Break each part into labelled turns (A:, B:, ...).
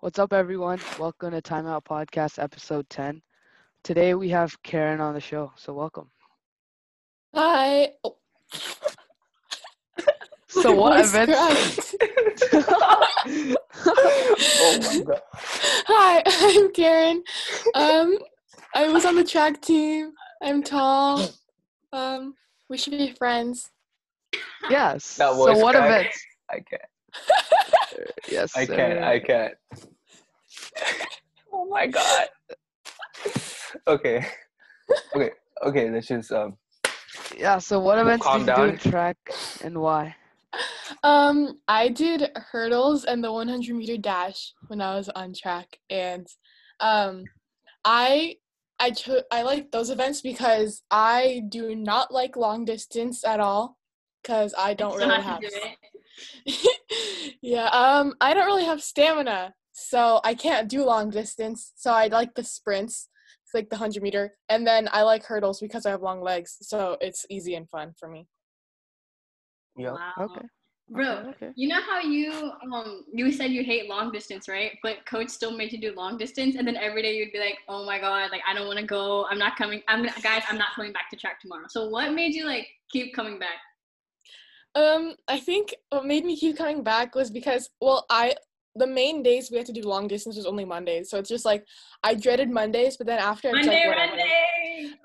A: What's up, everyone? Welcome to Timeout Podcast, episode 10. Today we have Karen on the show, so welcome.
B: Hi. Oh,
A: So,
B: my
A: what
B: voice
A: events?
B: cracked.
C: Oh my god.
B: Hi, I'm Karen. Um, I was on the track team. I'm tall. Um, we should be friends.
A: yes.
C: That
A: so,
C: voice
A: what
C: crack.
A: events?
C: I can't.
A: Yes.
C: I can't. I can't. Oh my god. Okay. Okay. Okay, let's just um
A: sir. Yeah, so what events
C: calm
A: did you do in
C: down.
A: track and why?
B: Um, I did hurdles and the 100 meter dash when I was on track, and um, I I cho- I like those events because I do not like long distance at all because I don't
D: Still
B: really
D: have
B: have
D: to do it.
B: yeah, um, I don't really have stamina, so I can't do long distance. So I like the sprints, it's like the hundred meter, and then I like hurdles because I have long legs, so it's easy and fun for me.
C: yeah.
D: Wow.
A: Okay.
D: Bro,
A: Okay. okay.
D: you know how you um you said you hate long distance, right? But coach still made you do long distance, and then every day you'd be like, "Oh my god, like I don't want to go. I'm not coming. I'm gonna- guys. I'm not coming back to track tomorrow." So what made you like keep coming back?
B: Um, I think what made me keep coming back was because well, I the main days we had to do long distance was only Mondays, so it's just like I dreaded Mondays, but then after it's
D: Monday,
B: like, whatever.
D: Monday.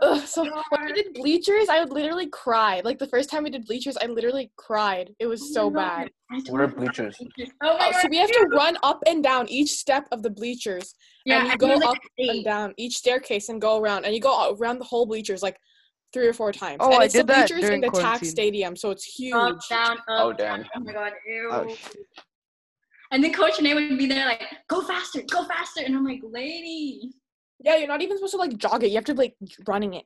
B: Ugh, so when we did bleachers, I would literally cry. Like the first time we did bleachers, I literally cried. It was so
D: Oh my
B: bad.
D: God, I told
C: We're
D: you-
C: bleachers.
D: Oh my
B: Oh,
D: god.
B: so we have to run up and down each step of the bleachers
D: yeah,
B: and you
D: I
B: go
D: feel like
B: up
D: eight.
B: and down each staircase and go around and you go around the whole bleachers like three or four times.
A: Oh,
B: and
A: I
B: it's the
A: did that
B: bleachers in
A: during
B: the TAC
A: quarantine.
B: stadium, so it's huge.
D: Up, down, up,
C: Oh,
D: down.
C: damn.
D: Oh my god, ew.
A: Oh, shit.
D: and then Coach Nate would be there like, go faster, go faster. And I'm like, lady.
B: Yeah, you're not even supposed to like jog it. You have to be like running it.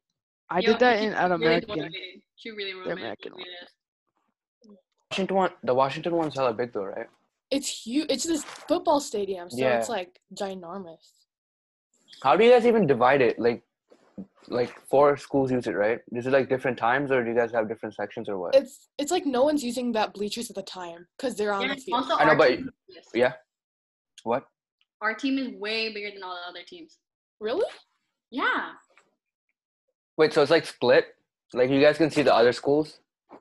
A: I
D: Yo,
A: did that
D: she
A: in at
D: really
A: American.
D: motivated. She really
A: American
D: motivated.
A: one.
C: Washington one the Washington one's hella big though, right?
B: It's huge. It's this football stadium, so
C: Yeah.
B: it's like ginormous.
C: How do you guys even divide it? Like like four schools use it, right? Is it like different times or do you guys have different sections or what?
B: It's it's like no one's using that bleachers at the time because they're on
D: Yeah,
B: the field.
D: also
C: I know,
D: our
C: but-
D: team, is this.
C: Yeah. What?
D: our team is way bigger than all the other teams.
B: really?
D: Yeah.
C: Wait, so it's like split? Like you guys can see the other schools?
D: Yeah.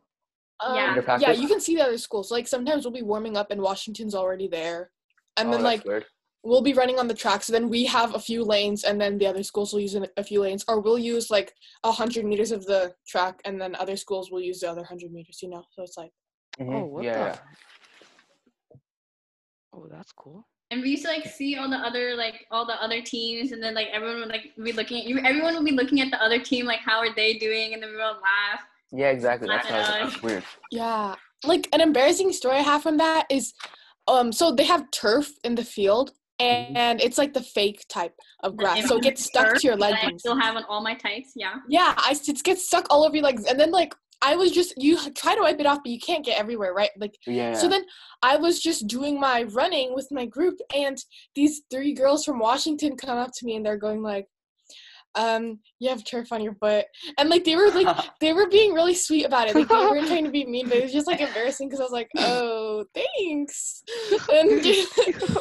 B: Um,
C: Under
B: yeah,
C: practice?
B: you can see the other schools. Like sometimes we'll be warming up and Washington's already there. And
C: Oh,
B: then
C: that's
B: like
C: weird.
B: we'll be running on the track. So then we have a few lanes and then the other schools will use an- a few lanes or we'll use like a hundred meters of the track and then other schools will use the other hundred meters, you know? So it's like,
C: Mhm,
A: Oh, what
C: yeah,
A: the?
C: yeah.
A: Oh, that's cool.
D: And we used to like see all the other like all the other teams, and then like everyone would like be looking at you. Everyone would be looking at the other team, like how are they doing, and then we would all laugh.
C: Yeah, exactly. That's how
D: Laugh it
C: it's
D: off.
C: weird.
B: yeah. Like an embarrassing story I have from that is um so they have turf in the field and, it's like the fake type of grass. So it gets stuck to your
D: That I
B: leggings.
D: still have on all my tights. Yeah.
B: Yeah, I it gets stuck all over your legs, and then like I was just you try to wipe it off, but you can't get everywhere, right? Like
C: Yeah.
B: so then I was just doing my running with my group, and these three girls from Washington come up to me and they're going like, um, you have turf on your foot, and like they were like they were being really sweet about it, like they weren't trying to be mean, but it was just like embarrassing because I was like, oh, thanks, and.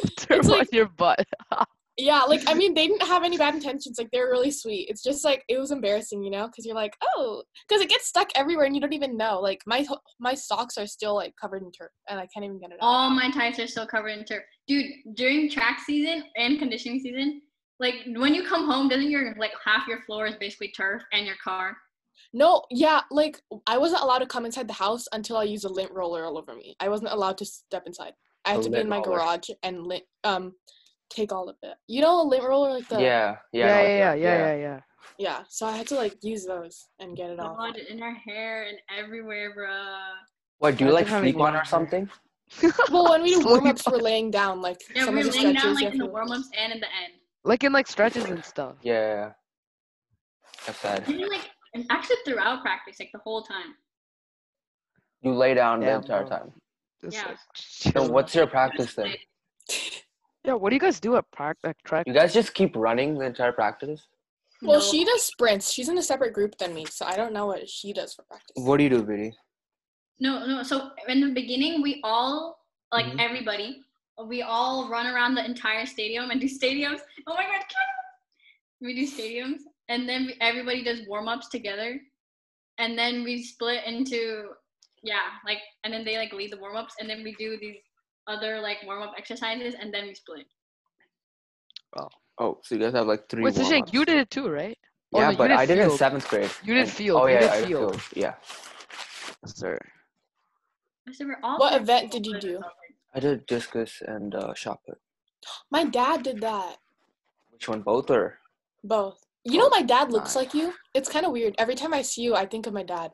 A: Turn on
B: like-
A: your butt.
B: Yeah, like I mean, they didn't have any bad intentions. Like they're really sweet. It's just like it was embarrassing, you know, because you're like, oh, because it gets stuck everywhere and you don't even know. Like my ho- my socks are still like covered in turf, and I can't even get it out.
D: all my tights are still covered in turf. Dude, during track season and conditioning season, like when you come home, doesn't your like half your floor is basically turf and your car?
B: No, yeah, like I wasn't allowed to come inside the house until I used a lint roller all over me. I wasn't allowed to step inside. I
C: A
B: had to be
C: lint
B: in my
C: roller.
B: garage and lint um take all of it. You know, a lint roller like the
C: yeah, yeah,
A: Yeah,
C: no,
A: yeah, yeah, yeah,
C: it's-
A: yeah, yeah.
B: yeah. So I had to like use those and get it off.
D: God, in our hair and everywhere, bruh.
C: What do you
A: Imagine
C: like
A: having
C: sleep on
A: long
C: or
A: hair.
C: something?
B: well, when we do
A: Sleep
B: warm ups,
A: on-
B: we're laying down like
D: Yeah,
B: some
D: we
B: of
D: were
B: the
D: laying
B: stretches.
D: down
B: you
D: like
B: have
D: in the
B: to-
D: warm ups and in the end.
A: Like in like stretches and stuff.
C: Yeah, that's sad.
D: And then, like and actually throughout practice, like the whole time.
C: You lay down the
A: Yeah,
C: entire
A: bro.
C: time.
A: Just
D: Yeah.
A: like
C: So
A: chill.
C: what's your practice then?
D: Like,
A: Yeah, what do you guys do at prac- like track?
C: You guys just keep running the entire practice.
B: Well,
D: no.
B: she does sprints. She's in a separate group than me, so I don't know what she does for practice.
C: What do you do, Biddy?
D: No, no. So in the beginning, we all like
C: Mhm.
D: everybody we all run around the entire stadium and do stadiums. Oh my god, we do stadiums, and then we- everybody does warm ups together, and then we split into yeah, like and then they like lead the warm ups, and then we do these other like warm up exercises, and then we split.
C: Oh, so you guys have like three.
A: Wait, Sashank, you
C: warm-ups.
A: did it too, right? oh, no,
C: Yeah,
A: you
C: but
A: did
C: I did it in
A: field.
C: seventh grade.
A: You did
C: and-
A: field,
C: Oh
A: you
C: yeah,
A: did
C: I did
A: field.
C: Yeah,
A: Sir.
D: So we're all
B: What
D: three
B: event
D: people
B: did you
D: split
B: do?
D: or something.
C: I did discus and uh, shot put.
B: My dad did that.
C: Which one, both or?
B: Both. You
C: Oh
B: know, my dad looks
A: Nice.
B: like you. It's kind of weird. Every time I see you, I think of my dad.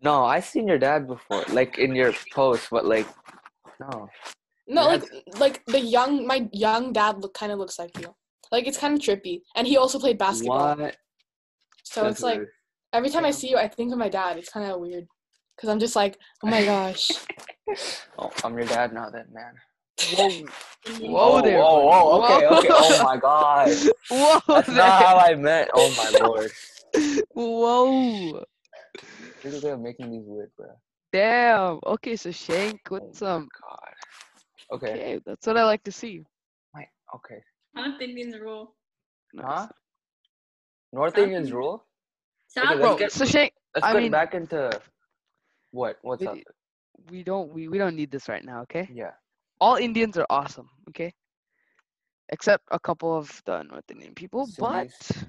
C: No, I seen your dad before, like in your post, but like, no.
B: No,
C: Yeah,
B: like like the young my young dad look kind of looks like you. Like it's kind of trippy, and he also played basketball.
C: What?
B: So
C: That's
B: it's like
C: weird.
B: every time I
A: Yeah.
B: see you, I think of my dad. It's kind of weird, cause I'm just like, oh my gosh.
C: Oh, I'm your dad now, then, man.
A: Whoa,
C: Oh,
A: whoa there.
C: Whoa, whoa, okay,
A: Whoa.
C: okay. Oh my god.
A: Whoa
C: That's
A: there.
C: not how I meant. Oh my lord.
A: Whoa.
C: You're good at making these weird, bro.
A: Damn. Okay, so Shank, what's um
C: God. Okay.
A: okay, that's what I like to see.
C: Okay.
D: South Indians rule.
C: Huh?
A: Nice.
C: North
D: Sounds
C: Indians
D: good.
C: rule.
D: South
C: let's
A: Bro,
C: get-
A: so Shank,
C: Let's
A: I
C: get
A: mean-
C: back into what? What's
A: It-
C: up?
A: we don't we, we don't need this right now, okay?
C: Yeah.
A: All Indians are awesome, okay? Except a couple of the North Indian people,
C: So
A: but
C: these-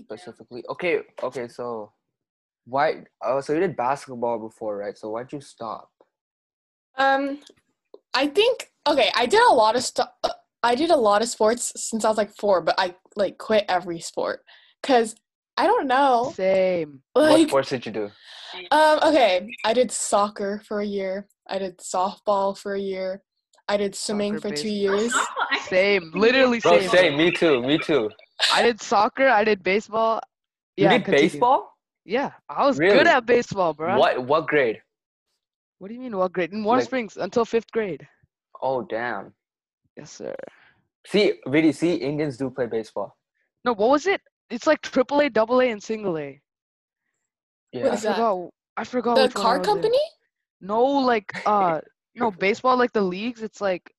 C: Specifically. Okay. Okay. So, why? Oh, so you did basketball before, right? So why'd you stop?
B: Um, I think okay. I did a lot of stuff. I did a lot of sports since I was like four, but I like quit every sport because I don't know.
A: same.
C: what
B: Like,
C: sports did you do?
B: um, okay, I did soccer for a year. I did softball for a year. I did swimming
A: Soccer,
B: for two
A: baseball.
B: years.
D: Oh, I can-
A: Same. Literally
C: Bro,
A: same.
C: same. Me too. Me too.
A: I did soccer, I did baseball. Yeah,
C: you did
A: continue.
C: baseball?
A: Yeah, I was good
C: Really?
A: at baseball, bro.
C: What? What grade?
A: What do you mean what grade? In Warm
C: Like-
A: Springs until 5th grade.
C: Oh damn.
A: Yes, sir.
C: See, really, see, Indians do play baseball.
A: No, what was it? It's like triple A, double A, and single A.
C: Yeah.
A: I
B: What is that?
A: forgot. I forgot.
B: The
A: which one I
B: car
A: was in.
B: company?
A: No, like uh, no baseball. Like the leagues, it's like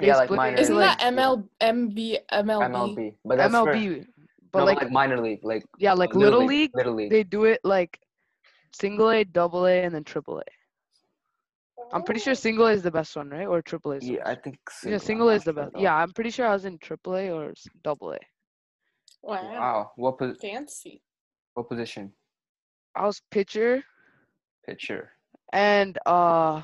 A: they
C: yeah, like
A: split it
C: minor.
A: into,
B: Isn't
A: like
B: that ML MB MLB?
C: MLB? But that's for-
A: MLB, but
C: no,
A: like,
C: minor league, like
A: yeah, like
C: little,
A: little, league,
C: little league.
A: they do it like single A, double A, and then triple A. I'm pretty
B: Oh.
A: sure single A is the best one, right? Or triple A.
C: yeah, I think. Single,
A: yeah,
C: I'm
A: single A
C: not
A: is the
C: sure
A: best.
C: though.
A: Yeah, I'm pretty sure I was in triple A or s- double A.
B: Wow.
C: Wow. What po-
B: Fancy.
C: what position?
A: I was pitcher
C: Pitcher.
A: and uh,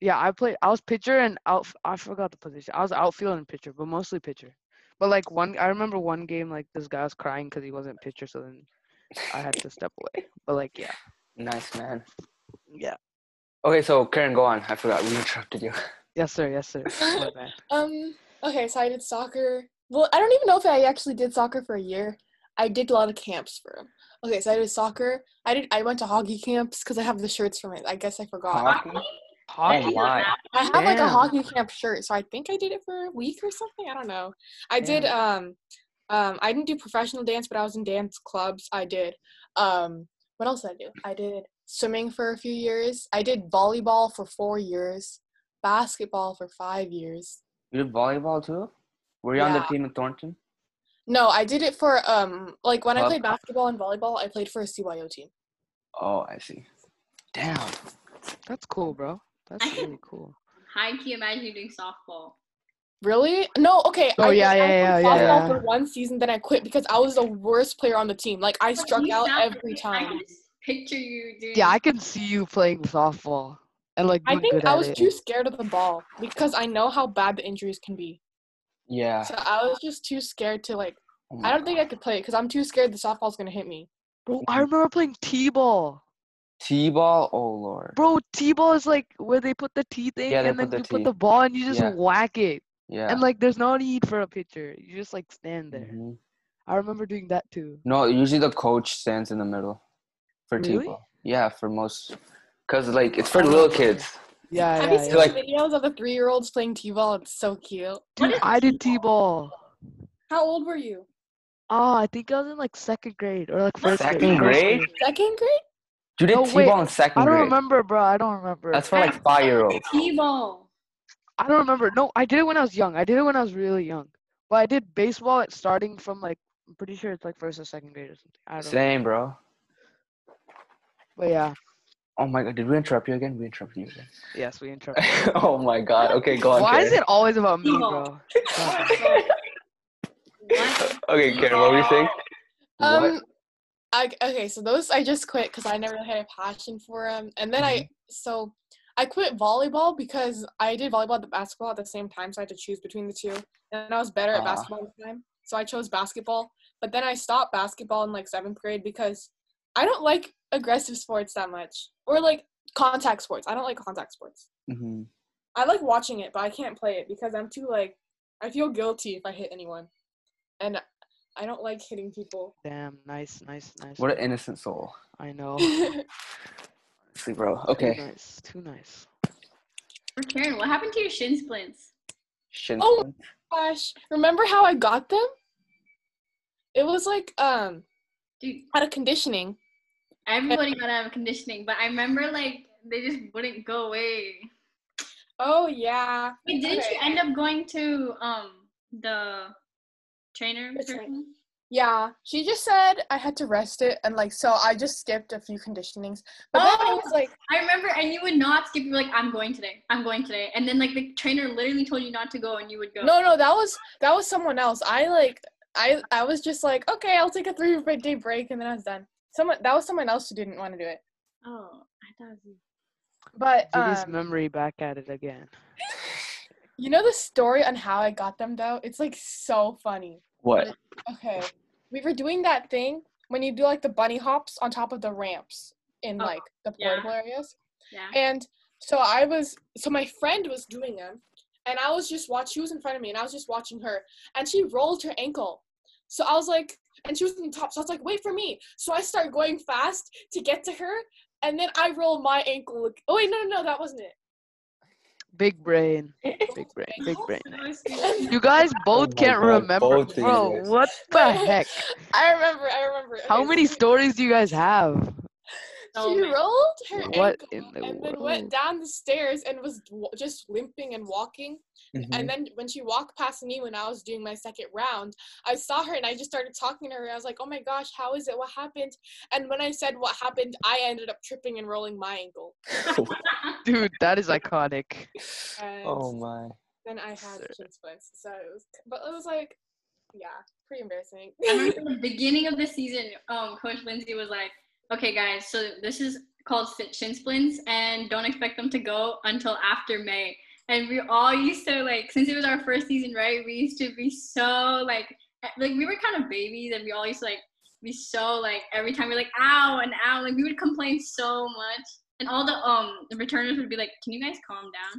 A: yeah, I played. I was pitcher and out. I forgot the position. I was outfield and pitcher, but mostly pitcher. But like one, I remember one game like this guy was crying because he wasn't pitcher, so then I had to step away. But like, yeah,
C: Nice man.
A: yeah,
C: Okay, so Karen, go on. I forgot. We interrupted you.
A: yes sir, yes sir. My bad.
B: Um. Okay, so I did soccer. Well, I don't even know if I actually did soccer for a year. I did a lot of camps for 'em. Okay, so I did soccer. I did. I went to hockey camps because I have the shirts from it. I guess I forgot.
C: Hockey?
A: Hockey?
C: my.
B: I have like a
A: Damn.
B: hockey camp shirt, so I think I did it for a week or something. I don't know. I did. Um, um, I didn't do professional dance, but I was in dance clubs. I did. Um, what else did I do? I did swimming for a few years. I did volleyball for four years. Basketball for five years.
C: You did volleyball too? Were you on the
B: Yeah.
C: team with Thornton?
B: No, I did it for um like when I
C: Club?
B: played basketball and volleyball, I played for a CYO team.
C: Oh, I see. Damn.
A: That's cool, bro. That's
D: I
A: really cool.
D: High key, imagine you doing softball.
B: Really? No, okay.
A: Oh,
B: I,
A: yeah,
B: I
A: yeah,
B: played
A: yeah, yeah,
B: softball
A: yeah.
B: for one season, then I quit because I was the worst player on the team. Like I
D: Like,
B: struck
D: you
B: out
D: sound
B: every
D: like- I
B: time.
D: can just picture you doing.
A: Yeah, I can see you playing softball and like
B: I
A: doing
B: think
A: good
B: I
A: at
B: was
A: it.
B: too scared of the ball because I know how bad the injuries can be.
A: Ah.
C: Yeah.
B: So I was just too scared to like.
C: Oh my
B: I don't think I could play it because I'm too scared the softball's gonna hit me.
A: Bro, I remember playing t-ball.
C: T-ball. Oh lord.
A: Bro, t-ball is like where they put the t thing
C: Yeah, they
A: and then
C: put the
A: you put
C: tee.
A: the ball and you just
C: Yeah.
A: whack it.
C: Yeah.
A: And like there's no need for a pitcher. You just like stand there.
C: Mhm.
A: I remember doing that too.
C: Mm-hmm. No, usually the coach stands in the middle for
A: Really?
C: T-ball. Yeah, for most, cause like it's for
A: I don't
C: little
A: know.
C: kids.
A: Yeah,
B: Have
A: yeah,
B: you seen
A: yeah.
C: Like-
B: the videos of the three-year-olds playing t-ball? It's so cute.
D: What
A: Dude,
D: is
A: I did t-ball.
B: How old were you?
A: Oh, I think I was in like second grade or like first grade.
C: Second
A: first
C: grade?
B: Second grade?
C: You did
A: No, wait.
C: T-ball in second
A: I don't
C: grade.
A: remember, bro. I don't remember.
C: That's for like five-year-olds.
D: T-ball.
A: I don't remember. No, I did it when I was young. I did it when I was really young. But I did baseball at starting from like I'm pretty sure it's like first or second grade or something. I don't know.
C: Same, bro.
A: But yeah,
C: Oh my god, did we interrupt you again? We interrupted you again.
A: yes, we interrupted.
C: oh my god. Okay, go on.
A: Why is
C: Karen.
A: it always about me,
D: Evil.
A: bro?
D: What?
C: Okay, Karen, what were you saying?
B: Um,
C: what?
B: I okay. So those I just quit because I never had a passion for them, and then I so I quit volleyball because I did volleyball and basketball at the same time, so I had to choose between the two, and I was better at
C: Ah.
B: basketball at the time, so I chose basketball. But then I stopped basketball in like seventh grade because I don't like aggressive sports that much, or like contact sports. I don't like contact sports.
C: hmm
B: I like watching it, but I can't play it because I'm too like I feel guilty if I hit anyone, and I don't like hitting people.
A: Damn, nice, nice, nice.
C: What an innocent soul.
A: I know.
C: See, bro.
A: Too
C: Okay.
A: nice. Too nice.
D: Karen, what happened to your shin splints?
C: Shin
B: Oh.
C: splints.
B: gosh, remember how I got them? It was like um
D: Dude,
B: out of conditioning.
D: everybody got out of conditioning, but I remember like they just wouldn't go away.
B: Oh yeah.
D: Wait, didn't
B: Okay.
D: you end up going to um the trainer
B: The train-
D: person?
B: Yeah. She just said I had to rest it and like so I just skipped a few conditionings. But then I
D: Oh.
B: was like
D: I remember, and you would not skip. You were like, "I'm going today. I'm going today," and then like the trainer literally told you not to go, and you would go.
B: no no that was that was someone else. I like I I was just like, okay, I'll take a three day break and then I was done. Someone that was someone else who didn't want to do it.
D: Oh, I thought it was you.
B: But
A: Diddy's
B: um,
A: memory back at it again.
B: you know the story on how I got them though? It's like so funny.
C: What?
B: Okay. We were doing that thing when you do like the bunny hops on top of the ramps in
D: Oh,
B: like the
D: yeah.
B: portable areas.
D: Yeah.
B: And so I was, so my friend was doing them, and I was just watching. She was in front of me, and I was just watching her, and she rolled her ankle. So I was like, and she was in the top. So I was like, wait for me. So I start going fast to get to her, and then I roll my ankle. ag- Oh wait, no, no, no, that wasn't it.
A: Big brain. Big brain. Big brain.
D: That was you.
A: You guys both
C: Oh my
A: can't
C: God,
A: remember,
C: both of you
A: bro.
C: guys.
A: What the heck?
B: I remember. I remember.
A: How
B: Okay,
A: many
B: so-
A: stories do you guys have?
D: Oh,
B: she
D: man.
B: rolled her
A: What
B: ankle
A: in the
B: and then went
A: world?
B: down the stairs and was w- just limping and walking.
C: Mhm.
A: Mm-hmm.
B: And then when she walked past me when I was doing my second round, I saw her and I just started talking to her. I was like, "Oh my gosh, how is it? What happened?" And when I said what happened, I ended up tripping and rolling my ankle.
A: Dude, that is iconic.
B: And
C: oh my.
B: then I had
A: sir.
B: shin splints. So it was, but it was like, yeah, pretty embarrassing.
D: I
A: Uh-huh.
D: remember in the beginning of the season, um, Coach Lindsay was like, "Okay, guys, so this is called sit- shin splints, and don't expect them to go until after May." And we all used to like, since it was our first season, right? We used to be so like, eh, like we were kind of babies, and we all used to like be so like every time we're like, "Ow!" and "Ow!" Like we would complain so much, and all the um the returners would be like, "Can you guys calm down?"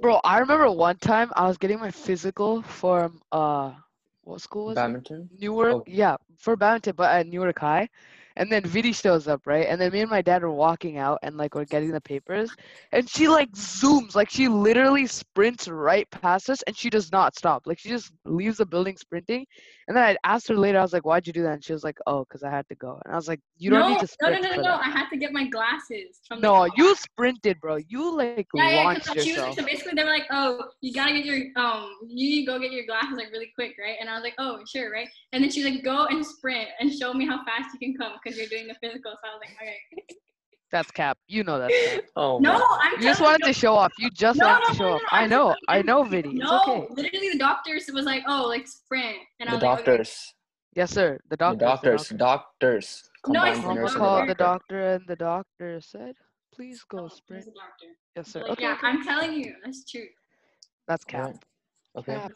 A: Bro, I remember one time I was getting my physical from uh what school was it?
C: Badminton?
A: Newark,
C: Oh.
A: yeah, for badminton, but at Newark High. And then Vidi shows up, right? And then me and my dad were walking out and like we're getting the papers. And she like zooms, like she literally sprints right past us and she does not stop. Like she just leaves the building sprinting. And then I asked her later, I was like, why'd you do that? And she was like, oh, because I had to go. And I was like, you don't
D: no,
A: need to sprint.
D: no, no,
A: for
D: no, no!
A: that."
D: I had to get my glasses from the
A: No, you sprinted, bro. You like
D: Yeah, yeah. 'cause
A: launched
D: she was like,
A: yourself.
D: so basically, they were like, "Oh, you gotta get your um, you need to go get your glasses like really quick, right?" And I was like, "Oh, sure, right?" And then she's like, "Go and sprint and show me how fast you can come because you're doing the physical." So I was like, "Okay."
A: That's cap. You know that's cap.
C: Oh
D: No,
C: my.
D: I'm.
A: You just
D: telling
A: wanted to show off. You just
D: No,
A: wanted
D: no,
A: to
D: no,
A: show
D: no,
A: off.
D: no,
A: I
D: I'm
A: know.
D: telling
A: I
D: you,
A: know, Vidi. It's
D: No,
A: okay.
D: literally, the doctor was like, "Oh, like sprint," and I
C: The
D: was like, okay.
C: doctors.
A: Yes, sir. The
C: The
A: doctors.
C: doctors. Doctors.
D: No, I
C: Combined
D: said
C: the
A: Mama
C: nurse and
A: called the
D: doctor.
A: doctor, and the doctor said, "Please
D: "Oh,
A: go
D: there's
A: sprint."
D: a doctor."
A: Yes, sir.
D: Like,
A: Okay,
D: yeah,
A: okay.
D: I'm telling you, that's true.
A: that's
C: Alright.
A: cap.
C: Okay.
A: Cap.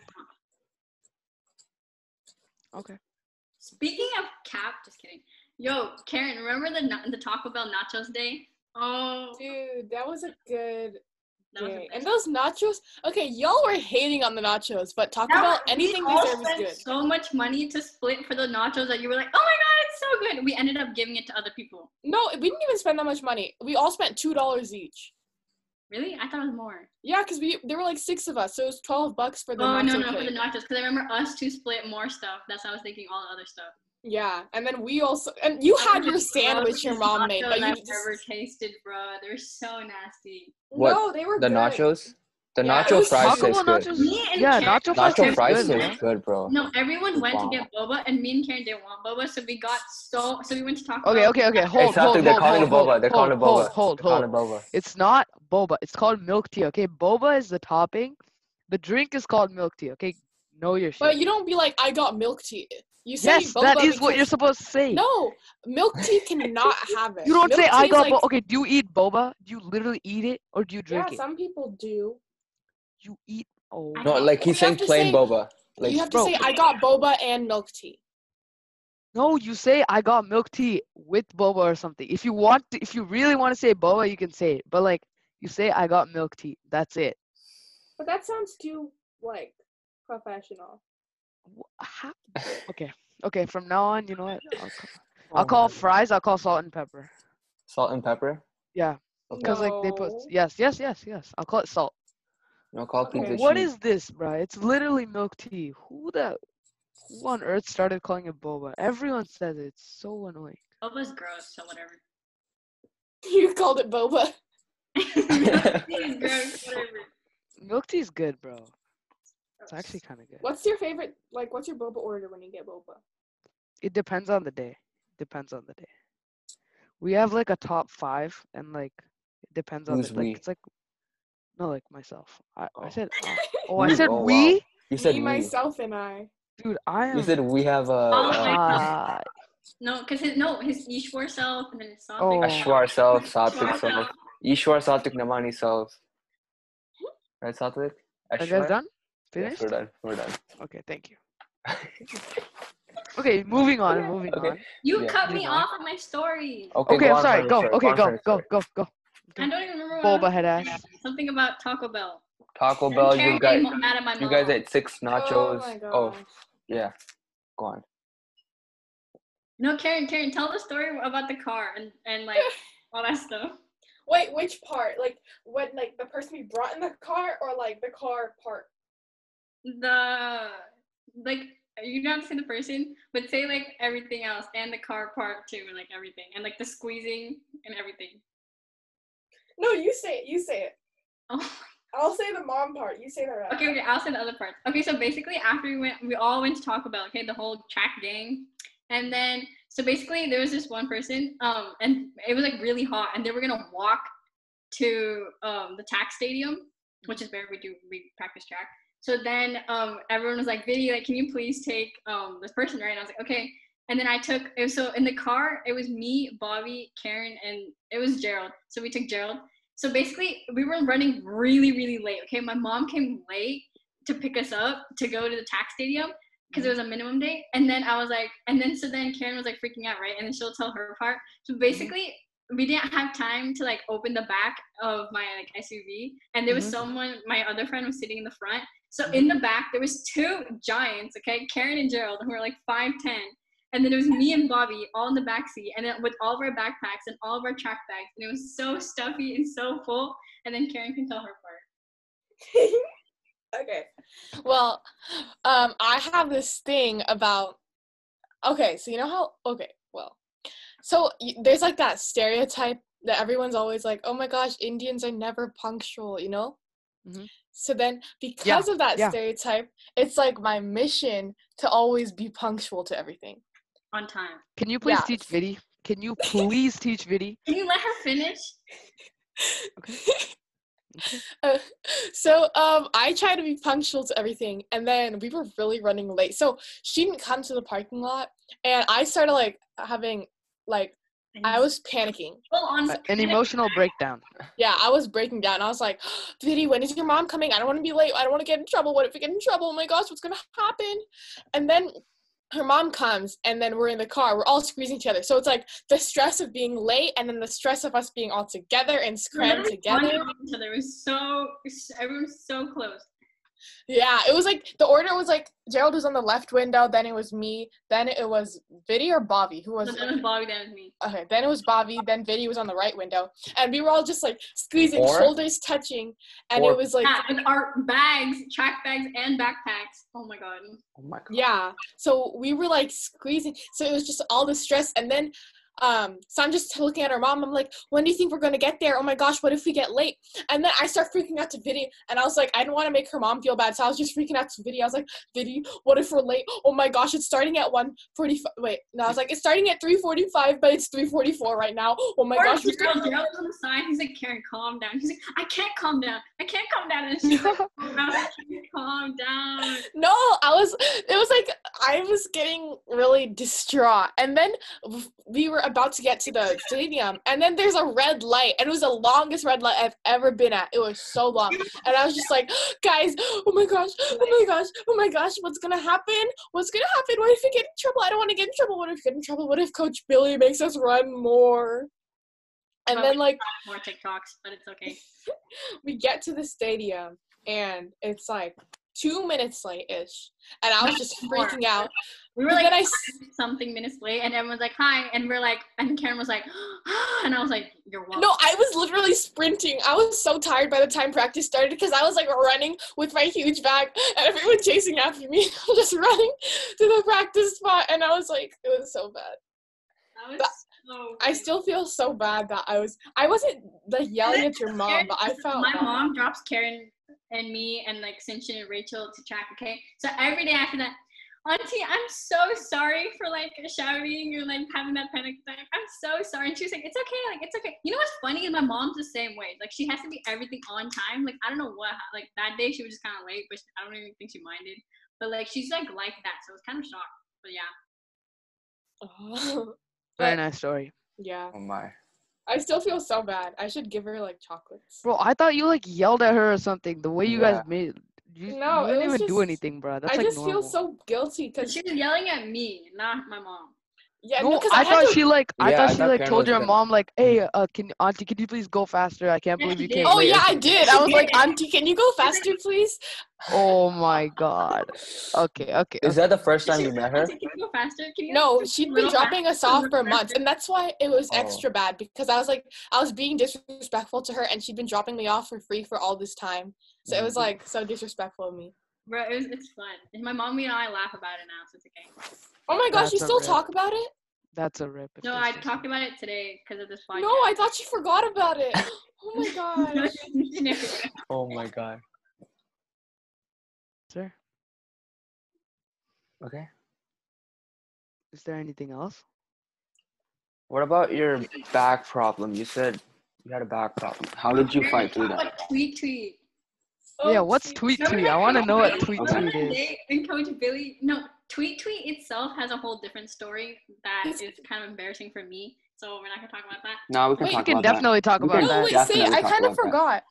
A: Okay.
D: Speaking of cap, just kidding. Yo, Karen, remember the na- the Taco Bell Nachos Day? Oh,
B: Dude, that was a good
D: that was a
B: day.
D: best
B: And those nachos. Okay, y'all were hating on the nachos, but Taco
D: That
B: Bell,
D: was-
B: anything
D: we
B: they
D: all
B: serve is
D: spent
B: good.
D: So much money to split for the nachos that you were like, oh my god, it's so good. We ended up giving it to other people.
B: No, we didn't even spend that much money. We all spent two dollars each.
D: Really? I thought it was more.
B: Yeah, because we there were like six of us, so it was twelve bucks for the
D: oh no
B: nacho
D: no for the
B: plate.
D: nachos because I remember us two split more stuff. That's how I was thinking all the other stuff.
B: Yeah, and then we also and you
A: Oh,
B: had your sandwich your mom made, but you
D: I've
B: just
D: never tasted, bro. They're so nasty.
C: What,
B: no, they were
C: The
B: good.
C: nachos? The
D: Yeah.
C: nacho
A: Who's
C: fries
A: Taco
C: taste
A: Bell
C: good.
A: nachos?
D: Me and
A: Yeah,
D: Karen-
A: nacho fries
C: Nacho
A: taste
C: fries
A: good.
D: man.
C: taste good, bro.
D: No, everyone went
C: Wow.
D: to get boba, and me and Karen didn't want boba, so we got so so we went to Taco
A: Okay,
D: Bell.
A: okay, okay. Hold,
C: it's not
A: hold,
C: like they're
A: hold,
C: calling
A: hold,
C: it boba.
A: hold,
C: they're calling it
A: hold,
C: boba.
A: Hold, hold,
C: They're calling
A: hold.
C: it boba.
A: It's not boba. It's called milk tea. Okay, boba is the topping. The drink is called milk tea. Okay, know your shit.
B: But you don't be like, I got milk tea. You say
A: yes, that
B: boba
A: is what
B: because-
A: you're supposed to say.
B: No, milk tea cannot have it.
A: you don't
B: milk
A: say
B: tea
A: I
B: is
A: got
B: like-
A: boba. Okay, do you eat boba? Do you literally eat it or do you drink
B: Yeah,
A: it?
B: some people do.
A: You eat. Oh,
D: I-
C: No, like
B: We
C: he's saying
B: have to say-
C: plain boba. Like
B: you have to
A: bro.
B: say, I got boba and milk tea.
A: No, you say I got milk tea with boba or something. If you want to, if you really want to say boba, you can say it. But like you say I got milk tea. That's it.
B: But that sounds too like professional.
A: Wh- how- Okay. Okay, from now on, you know what? I'll call,
B: Oh
A: I'll call fries, I'll call salt and pepper.
C: salt and pepper.
A: Yeah. Cuz like they put
B: No.
A: yes, yes, yes, yes. I'll call it salt.
C: No, call
B: Okay. The
C: pizza
A: What
C: cheese.
A: is this, bruh? It's literally milk tea. Who the who on earth started calling it boba? Everyone says it. It's so annoying.
D: Boba's gross, so whatever.
B: You called it boba.
D: It's gross, whatever.
A: Milk tea is good, bro. It's actually kind of good.
B: What's your favorite? Like, what's your boba order when you get boba?
A: It depends on the day. Depends on the day. We have like a top five, and like it depends on
C: Who's
A: the, like
C: we?
A: it's like no like myself. I, I
C: Oh.
A: said uh, oh I
C: You-
A: said
C: oh, wow.
A: we
C: You said
B: Me,
C: we.
B: myself, and I.
A: dude I am
C: You said we have a.
D: Oh my-
C: Uh,
A: uh,
D: No, because his no, his Ishwar self and then his Sophic
A: Oh.
C: Ashwar self, Satvik
D: Ishwar
C: self,
D: self.
C: Ishwar Satvik Namani self. Right, Satvik?
A: are you guys
C: Ashwar?
A: done
C: Yes,
A: finished
C: we're done. We're done.
A: okay thank you okay moving on
B: Okay.
A: moving
C: Okay.
A: on
D: You
C: Yeah. Oh.
D: cut me
A: Yeah.
D: off on my story.
C: Okay,
A: okay
C: go
A: I'm
C: on for
A: sorry
C: your
A: go
C: story,
A: okay
C: on
A: go
C: for your
A: go
C: story.
A: go go
D: I don't even remember what I
A: boba
D: was
A: head ass
D: saying. Something about Taco Bell.
C: Taco Bell,
D: Karen
C: you guys,
D: getting mad at my mom.
C: you guys ate six
B: Oh
C: nachos.
B: my god.
C: Oh, yeah. Go on.
D: No, Karen, Karen, tell the story about the car and and like all that stuff.
B: Wait, which part? Like, when like the person we brought in the car, or like the car part?
D: The like you don't have to say the person, but say like everything else and the car part too, and like everything and like the squeezing and everything.
B: No, you say it. You say it.
D: Oh.
B: I'll say the mom part. You say the rest.
D: Okay, okay, I'll say the other parts. Okay, so basically after we went, we all went to Taco Bell. Okay, the whole track gang, and then so basically there was this one person, um, and it was like really hot, and they were gonna walk to um the track stadium, which is where we do we practice track. So then um everyone was like, Vinny, like, can you please take um this person right? And I was like, okay. And then I took it was so in the car it was me, Bobby, Karen, and it was Gerald. So we took Gerald. So basically, we were running really, really late. Okay, my mom came late to pick us up to go to the tax stadium because it was a minimum date. And then I was like, and then so then Karen was like freaking out, right? And then she'll tell her part. So basically, we didn't have time to like open the back of my like SUV, and there was
A: Mhm.
D: someone. My other friend was sitting in the front. So in the back, there was two giants. Okay, Karen and Gerald, who were like five ten. And then it was me and Bobby all in the back seat, and then with all of our backpacks and all of our track bags, and it was so stuffy and so full. And then Karen can tell her part.
B: okay. Well, um, I have this thing about. Okay, so you know how? Okay, well, so y- there's like that stereotype that everyone's always like, "Oh my gosh, Indians are never punctual," you know.
A: Mhm.
B: So then, because of that
A: yeah.
B: stereotype, it's like my mission to always be punctual to everything.
D: on time.
A: can you please
B: Yeah.
A: teach Viddy can you please teach Viddy
D: Can you let her finish?
B: Uh, so um I try to be punctual to everything and then we were really running late. So she didn't come to the parking lot and I started like having like I was panicking.
D: full on
A: Uh, an emotional breakdown
B: Yeah, I was breaking down. I was like, Vinny, when is your mom coming? I don't want to be late. I don't want to get in trouble. What if we get in trouble? Oh my gosh, what's gonna happen? And then her mom comes and then we're in the car. We're all squeezing together. So it's like the stress of being late and then the stress of us being all together and
D: Mm-hmm.
B: crammed together.
D: Each other. It was so everyone was so close.
B: Yeah, it was like the order was like Gerald was on the left window, then it was me, then it was Viddy or Bobby, who was
D: So then it was Bobby, then it was me.
B: okay, then it was Bobby, then Viddy was on the right window, and we were all just like squeezing,
C: Or-
B: shoulders touching, and
C: or-
B: it was like
D: Yeah, with our bags, track bags, and backpacks. Oh my god.
C: Oh my god.
B: yeah, so we were like squeezing, so it was just all the stress, and then Um, so I'm just looking at her mom. I'm like, when do you think we're gonna get there? Oh my gosh, what if we get late? And then I start freaking out to Viddy, and I was like, I didn't want to make her mom feel bad, so I was just freaking out to Viddy. I was like, Viddy, what if we're late? Oh my gosh, it's starting at 1:45. Wait, no, I was like, it's starting at 3:45, but it's 3:44 right now. Oh my
D: or
B: gosh,
D: the
B: we're
D: girl,
B: starting
D: Gerald's on the side. He's like, Karen, calm down. He's like, I can't calm down. I can't calm down. And she's like, "Oh, I was like, "Karen, calm down.
B: No, I was. It was like I was getting really distraught, and then w- we were about to get to the stadium, and then there's a red light, and it was the longest red light I've ever been at. It was so long, and I was just like, guys, oh my gosh, oh my gosh, oh my gosh, what's gonna happen? What's gonna happen? What if we get in trouble? I don't want to get in trouble. What if we get in trouble? What if Coach Billy makes us run more? And
D: Well,
B: then like
D: More TikToks, but it's okay.
B: we get to the stadium, and it's like two minutes late ish, and I was just
D: More.
B: freaking out.
D: We were
B: But
D: like
B: then I s-
D: something minutes late, and everyone's like, "Hi," and we're like, and Karen was like, and I was like, "You're welcome."
B: No, I was literally sprinting. I was so tired by the time practice started because I was like running with my huge bag and everyone chasing after me. I'm just running to the practice spot and I was like, it was so bad. but
D: That was so
B: I
D: weird.
B: still feel so bad that I was I wasn't like yelling at your mom, but I felt
D: my
B: bad.
D: mom drops Karen and me and like Cynthia and Rachel to track. Okay, so every day after that, Auntie, I'm so sorry for like shouting or like having that panic attack. I'm so sorry. And she was like, "It's okay, like it's okay." You know what's funny is my mom's the same way. Like she has to be everything on time. Like I don't know what. Like that day she was just kind of late, but I don't even think she minded. But like she's like like that, so it's kind of shocked. But yeah.
A: Very nice story.
B: yeah.
C: Oh my.
B: I still feel so bad. I should give her like chocolates.
A: Bro, I thought you like yelled at her or something. The way you
C: Yeah.
A: guys made you,
B: No,
A: you
B: it
A: didn't
B: was
A: even do
B: just-
A: anything, bro. That's
B: I
A: like
B: just
A: normal.
B: feel so guilty
D: But
B: because
D: she was yelling at me, not my mom.
B: yeah,
A: No,
B: because
A: I,
B: had
A: thought
B: to-
A: she like I
C: Yeah, I
A: thought she
C: thought
A: like
C: Karen
A: told
C: was
A: your
C: gonna-
A: mom like, "Hey, uh, can auntie, could you please go faster? I can't
D: Yeah,
A: believe
D: she
A: you
D: did.
A: came
B: Oh
A: late."
B: yeah,
A: or
B: I
A: something."
B: did. I was like, Auntie, can you go faster, please?
A: Oh my god. Okay, okay.
C: Is
A: okay.
C: that the first time
D: She
C: you
D: was
C: met
D: like,
C: her?
D: "Auntie, Can you go faster? Can you
B: No, she'd been
D: Little
B: dropping us off for
D: remember.
B: months, and that's why it was
C: Oh.
B: extra bad because I was like, I was being disrespectful to her, and she'd been dropping me off for free for all this time. So it was
C: Mhm.
B: like so disrespectful of me.
D: Bro, it was, it's fun. And my mom and I laugh about it now, so it's okay.
B: Oh my gosh, you
A: That's a
B: still
A: rip.
B: talk about it?
A: That's a rip. if
D: No,
A: that's
D: I
A: just-
D: talked about it today because of this podcast.
B: No, I thought you forgot about it. Oh my gosh.
C: Oh my god.
A: Sir,
C: Okay.
A: is there anything else?
C: What about your back problem? You said you had a back problem. How did you fight through that?
D: Tweet, tweet.
A: yeah,
B: Oh,
A: what's
B: shoot.
A: tweet
D: Remember
A: tweet? I
D: that
A: want to
D: Coach
A: know what
D: Billy-
A: tweet
D: remember
A: tweet
D: that
A: is.
D: day when Coach Billy, no, tweet tweet itself has a whole different story that is kind of embarrassing for me. So we're not gonna talk about that.
C: No, we can
B: Wait,
A: We
C: talk
A: can
C: about
A: definitely talk
C: We
A: about
B: No,
C: can
A: that.
B: wait,
C: Definitely
B: say I
C: talk
B: kind
C: about
B: of
C: that.
B: forgot.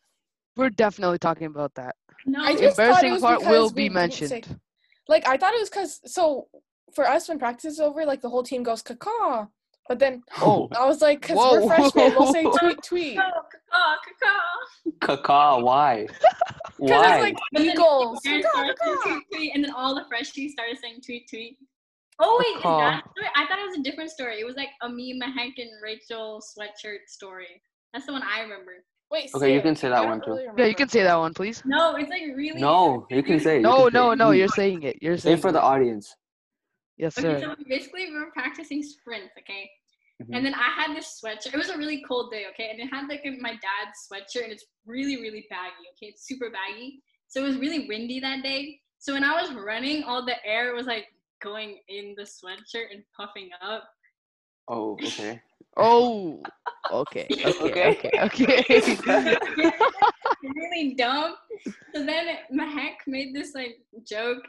A: We're definitely talking about that.
D: No,
B: I just thought it
A: Embarrassing
B: was
A: part will
B: because
A: be
B: we didn't say-
A: mentioned.
B: Like I thought it was because so for us when practice is over, like the whole team goes caca, but then
C: that. Oh,
B: I was like, because
A: Whoa.
B: we're freshmen, we'll say tweet tweet.
D: Caw, caw, caw.
C: caca. Why?
B: Because
C: Why?
B: it's like
D: And then
B: Eagles.
D: Karen started saying tweet, tweet, and then all the freshies started saying tweet, tweet. Oh wait, is
A: Aw.
D: that the story? I thought it was a different story. It was like a me, Mahek, and Rachel sweatshirt story. That's the one I remember.
B: Wait.
C: Okay, you
B: say it.
C: can say
B: I
C: that
B: don't
C: one too.
B: really
A: Yeah,
B: remember.
A: you can say that one, please.
D: No, it's like really.
C: No, you can say. it, you
A: No,
C: can say
A: no,
C: it.
A: no.
C: You-
A: You're saying it. You're
C: Say
A: saying
C: it for the
A: it.
C: audience.
A: Yes,
D: Okay,
A: sir. Mm-hmm.
D: so basically we were practicing sprints, okay?
C: Mhm.
D: And then I had this sweatshirt. It was a really cold day, okay? And it had like my dad's sweatshirt, and it's really, really baggy, okay? It's super baggy. So it was really windy that day. So when I was running, all the air was like going in the sweatshirt and puffing up.
C: Oh, okay.
A: Oh. Okay. Okay.
C: Okay.
A: Okay. Okay.
D: really dumb. So then Mahek made this like joke.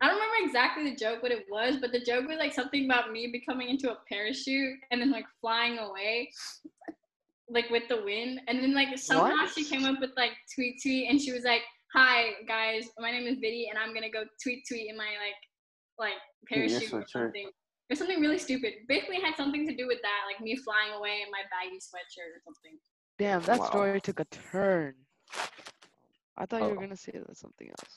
D: I don't remember exactly the joke what it was, but the joke was like something about me becoming into a parachute and then like flying away, like with the wind. And then like somehow
A: What?
D: she came up with like tweet tweet, and she was like, "Hi guys, my name is Viddy, and I'm gonna go tweet tweet in my like like
C: Yeah, you're
D: parachute
C: so
D: or
C: true.
D: something." It was something really stupid. Basically, had something to do with that, like me flying away in my baggy sweatshirt or something.
A: Damn, that
C: Wow.
A: story took a turn. I thought you were
C: Oh.
A: gonna say that something else.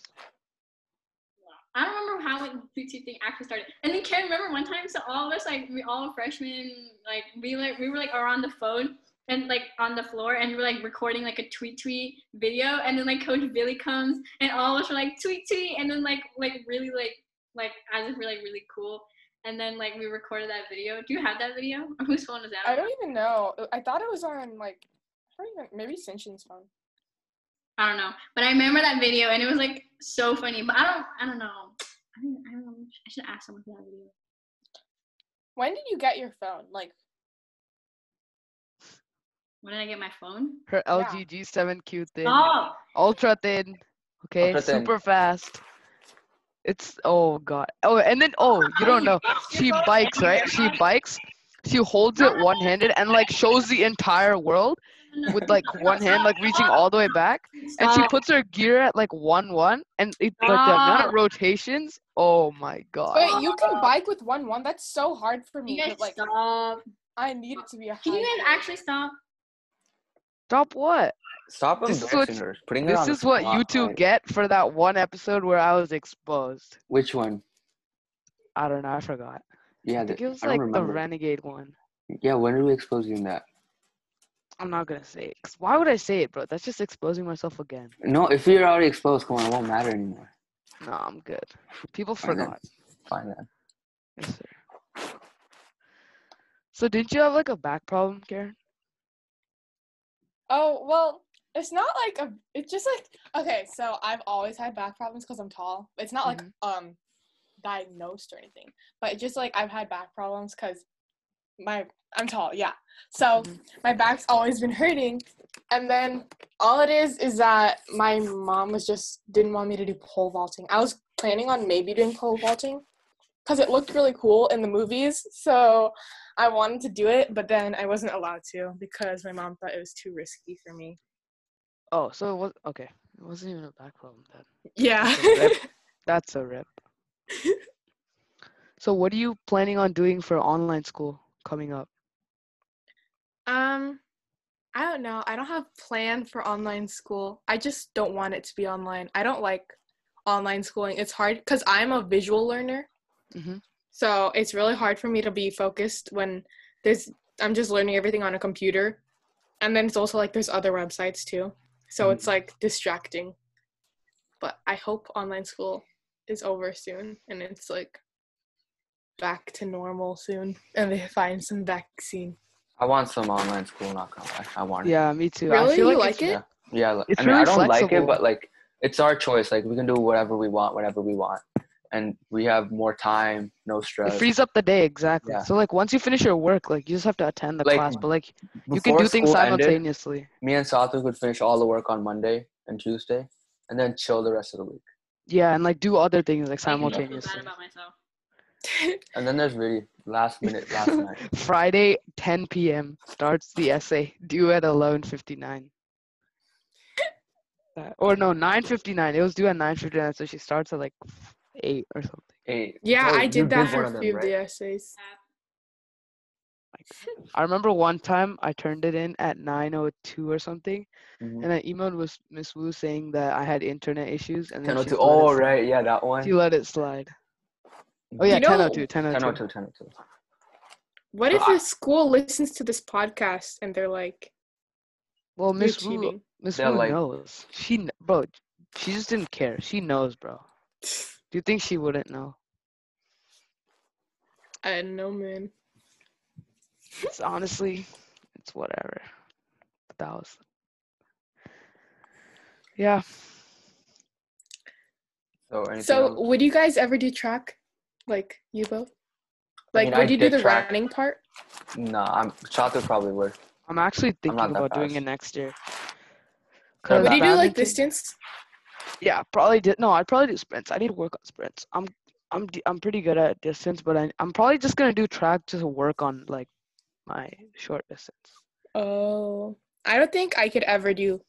D: I don't remember how it, the YouTube thing actually started. And then Karen, remember one time? So all of us, like we all freshmen, like we like we were like are on the phone and like on the floor, and we were like recording like a tweet tweet video. And then like Coach Billy comes, and all of us were like tweet tweet, and then like like really like like as if we're like really cool. and then like we recorded that video. Do you have that video? On whose phone is that?
B: I don't even know. I thought it was on like, I don't even maybe Sinshin's phone.
D: I don't know, but I remember that video and it was like so funny. But I don't, I don't know. I don't, I don't know. I should ask someone for that video.
B: When did you get your phone? Like,
D: When did I get my phone?
A: Her
B: Yeah.
A: LG G7Q thin,
D: Oh,
A: ultra thin, okay,
C: Ultra thin.
A: super fast. It's oh god. Oh, and then oh, you don't know. She bikes, right? She bikes. She holds it one-handed and like shows the entire world with like one hand, like reaching all the way back. And she puts her gear at like one one, and it, like the amount of rotations. Oh my god.
B: wait, you can bike with one one. That's so hard for me.
D: You guys
B: but, like,
D: stop.
B: I need it to be a.
D: Can you
B: high
D: guys
B: gear.
D: actually stop?
A: Stop what?
C: Stop
A: This is
C: embarrassing
A: what-
C: her. Putting her
A: This
C: on the
A: is what
C: spot,
A: you two
C: like-
A: get for that one episode where I was exposed.
C: Which one?
A: I don't know. I forgot.
C: Yeah,
A: I think
C: the-
A: it was
C: I don't
A: like the
C: remember.
A: renegade one.
C: Yeah, when did we expose you in that?
A: I'm not gonna say it. 'cause why would I say it, bro? That's just exposing myself again.
C: No, if you're already exposed, come on, it won't matter anymore.
A: No, I'm good. People
C: Fine then.
A: forgot.
C: Fine then.
A: Yes, sir. So didn't you have like a back problem, Karen?
B: Oh well, it's not like a. It's just like okay. So I've always had back problems because I'm tall. It's not like
A: Mhm.
B: um diagnosed or anything, but it's just like I've had back problems because my I'm tall. Yeah. So
A: Mhm.
B: my back's always been hurting, and then all it is is that my mom was just didn't want me to do pole vaulting. I was planning on maybe doing pole vaulting because it looked really cool in the movies. So I wanted to do it, but then I wasn't allowed to because my mom thought it was too risky for me.
A: Oh, so it was okay. It wasn't even a back problem then.
B: Yeah.
A: That's a rip. That's a rip. so what are you planning on doing for online school coming up?
B: um I don't know. I don't have plan for online school. I just don't want it to be online. I don't like online schooling. It's hard cuz I'm a visual learner.
A: Mhm.
B: So, it's really hard for me to be focused when there's I'm just learning everything on a computer. And then it's also like there's other websites too. So,
C: Mhm.
B: it's like distracting. But I hope online school is over soon and it's like back to normal soon and they find some vaccine.
C: I want some online school, not gonna lie. I want it.
A: Yeah, me too. I
B: Really?
A: feel
B: You
A: like
B: like
A: it's-
B: it?
C: Yeah, yeah. Like,
A: It's
C: I mean, I
A: really
C: don't like it,
A: flexible.
C: but like, it's our choice. Like, we can do whatever we want, whenever we want, and we have more time, no
A: It
C: stress.
A: frees up the day exactly.
C: Yeah.
A: So like once you finish your work, like you just have to attend the
C: Like,
A: class, but like you can
C: Before
A: do things
C: school ended,
A: simultaneously.
C: me and Sato could finish all the work on Monday and Tuesday, and then chill the rest of the week.
A: Yeah, and like do other things like
D: I feel so bad
A: simultaneously.
D: about myself.
C: And then there's really last minute, last night.
A: Friday, 10 p.m. starts the essay due at 11:59. Uh, or no, 9:59. It was due at 9:59, so she starts at like eight or something.
C: Hey,
B: Yeah,
C: Chloe,
B: I
C: you
B: did that for
C: one
B: a
C: of them,
B: few of
C: right?
B: the essays.
A: I remember one time I turned it in at 9:02 or something,
C: Mhm.
A: and I emailed with Miss Wu saying that I had internet issues, and then she
C: 1002.
A: let
C: Oh,
A: it slide.
C: right. Yeah, that one. Mm-hmm.
A: She let it slide. Oh
C: You
A: yeah,
B: know-
A: 10:02, 10:02.
C: 1002, 1002.
B: What if the school listens to this podcast and they're like,
A: Well,
B: "You're
A: Miss Wu,
B: cheating"?
A: Miss
C: They're
A: Wu
C: like-
A: knows. She, kn- bro, she just didn't care. She knows, bro. Do you think she wouldn't know?
B: I don't know, man.
A: It's honestly, it's whatever. But that was, yeah.
C: So, anything
B: So,
C: else?
B: would you guys ever do track, like you both?
C: I
B: Like,
C: mean, I
B: would you do
C: did
B: the
C: track.
B: running part?
C: Nah, I'm Chato probably would.
A: I'm actually thinking
C: not that
A: about doing
C: fast.
A: it next year.
C: Would
B: Would
C: Uh,
B: you do like
A: badminton-
B: distance?
A: Yeah, probably did. No, I'd probably do sprints. I need to work on sprints. I'm, I'm, d- I'm pretty good at distance, but I, I'm probably just gonna do track just to work on like my short distance.
B: Oh, I don't think I could ever do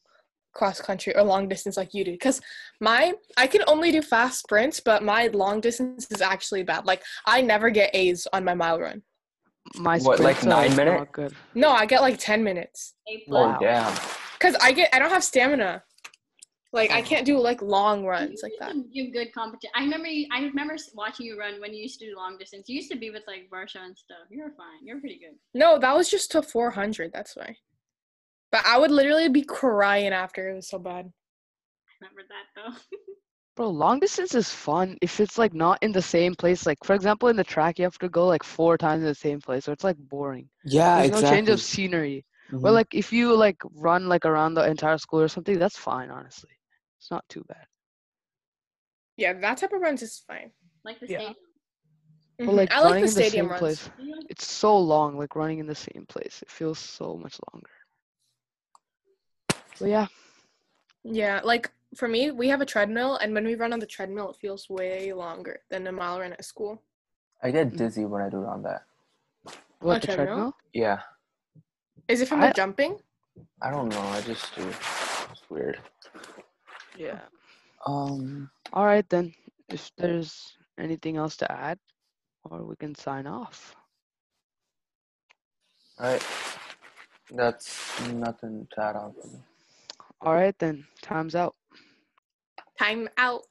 B: cross country or long distance like you do because my I can only do fast sprints, but my long distance is actually bad. Like, I never get A's on my mile run.
A: My
C: What, like
A: sprints are
C: nine minute?
A: not good.
B: No, I get like ten minutes.
D: A plus.
A: Wow.
C: Oh, damn.
B: Cause I get I don't have stamina. Like I can't do like long runs like
D: You
B: that.
D: can give good competition. I remember. You, I remember s- watching you run when you used to do long distance. You used to be with like Varsha and stuff. You're fine. You're pretty good.
B: No, that was just to 400. That's why. But I would literally be crying after it was so bad.
D: I remember that though.
A: Bro, long distance is fun if it's like not in the same place. Like for example, in the track, you have to go like four times in the same place, so it's like boring.
C: Yeah,
A: There's
C: exactly.
A: no change of scenery. But
C: Mhm.
A: like if you like run like around the entire school or something, that's fine. Honestly, it's not too bad.
B: Yeah, that type of runs is fine.
D: Like the
A: Yeah.
D: stadium.
A: But
B: Mhm.
A: like
B: I like
A: running
B: the
A: in the
B: stadium
A: same
B: runs.
A: place,
D: You know,
A: it's so long. Like running in the same place, it feels so much longer. But yeah,
B: Yeah, like for me, we have a treadmill, and when we run on the treadmill, it feels way longer than a mile run at school.
C: I get dizzy when I do it on that.
A: what
B: On
A: the
B: treadmill?
A: treadmill?
C: Yeah,
B: Is it from the
A: I-
B: jumping?
C: I don't know. I just do. It's weird.
A: Yeah.
C: Um,
A: All right then. If there's anything else to add, or we can sign off.
C: right. That's nothing to add on.
A: All right then. Time's out.
B: Time out.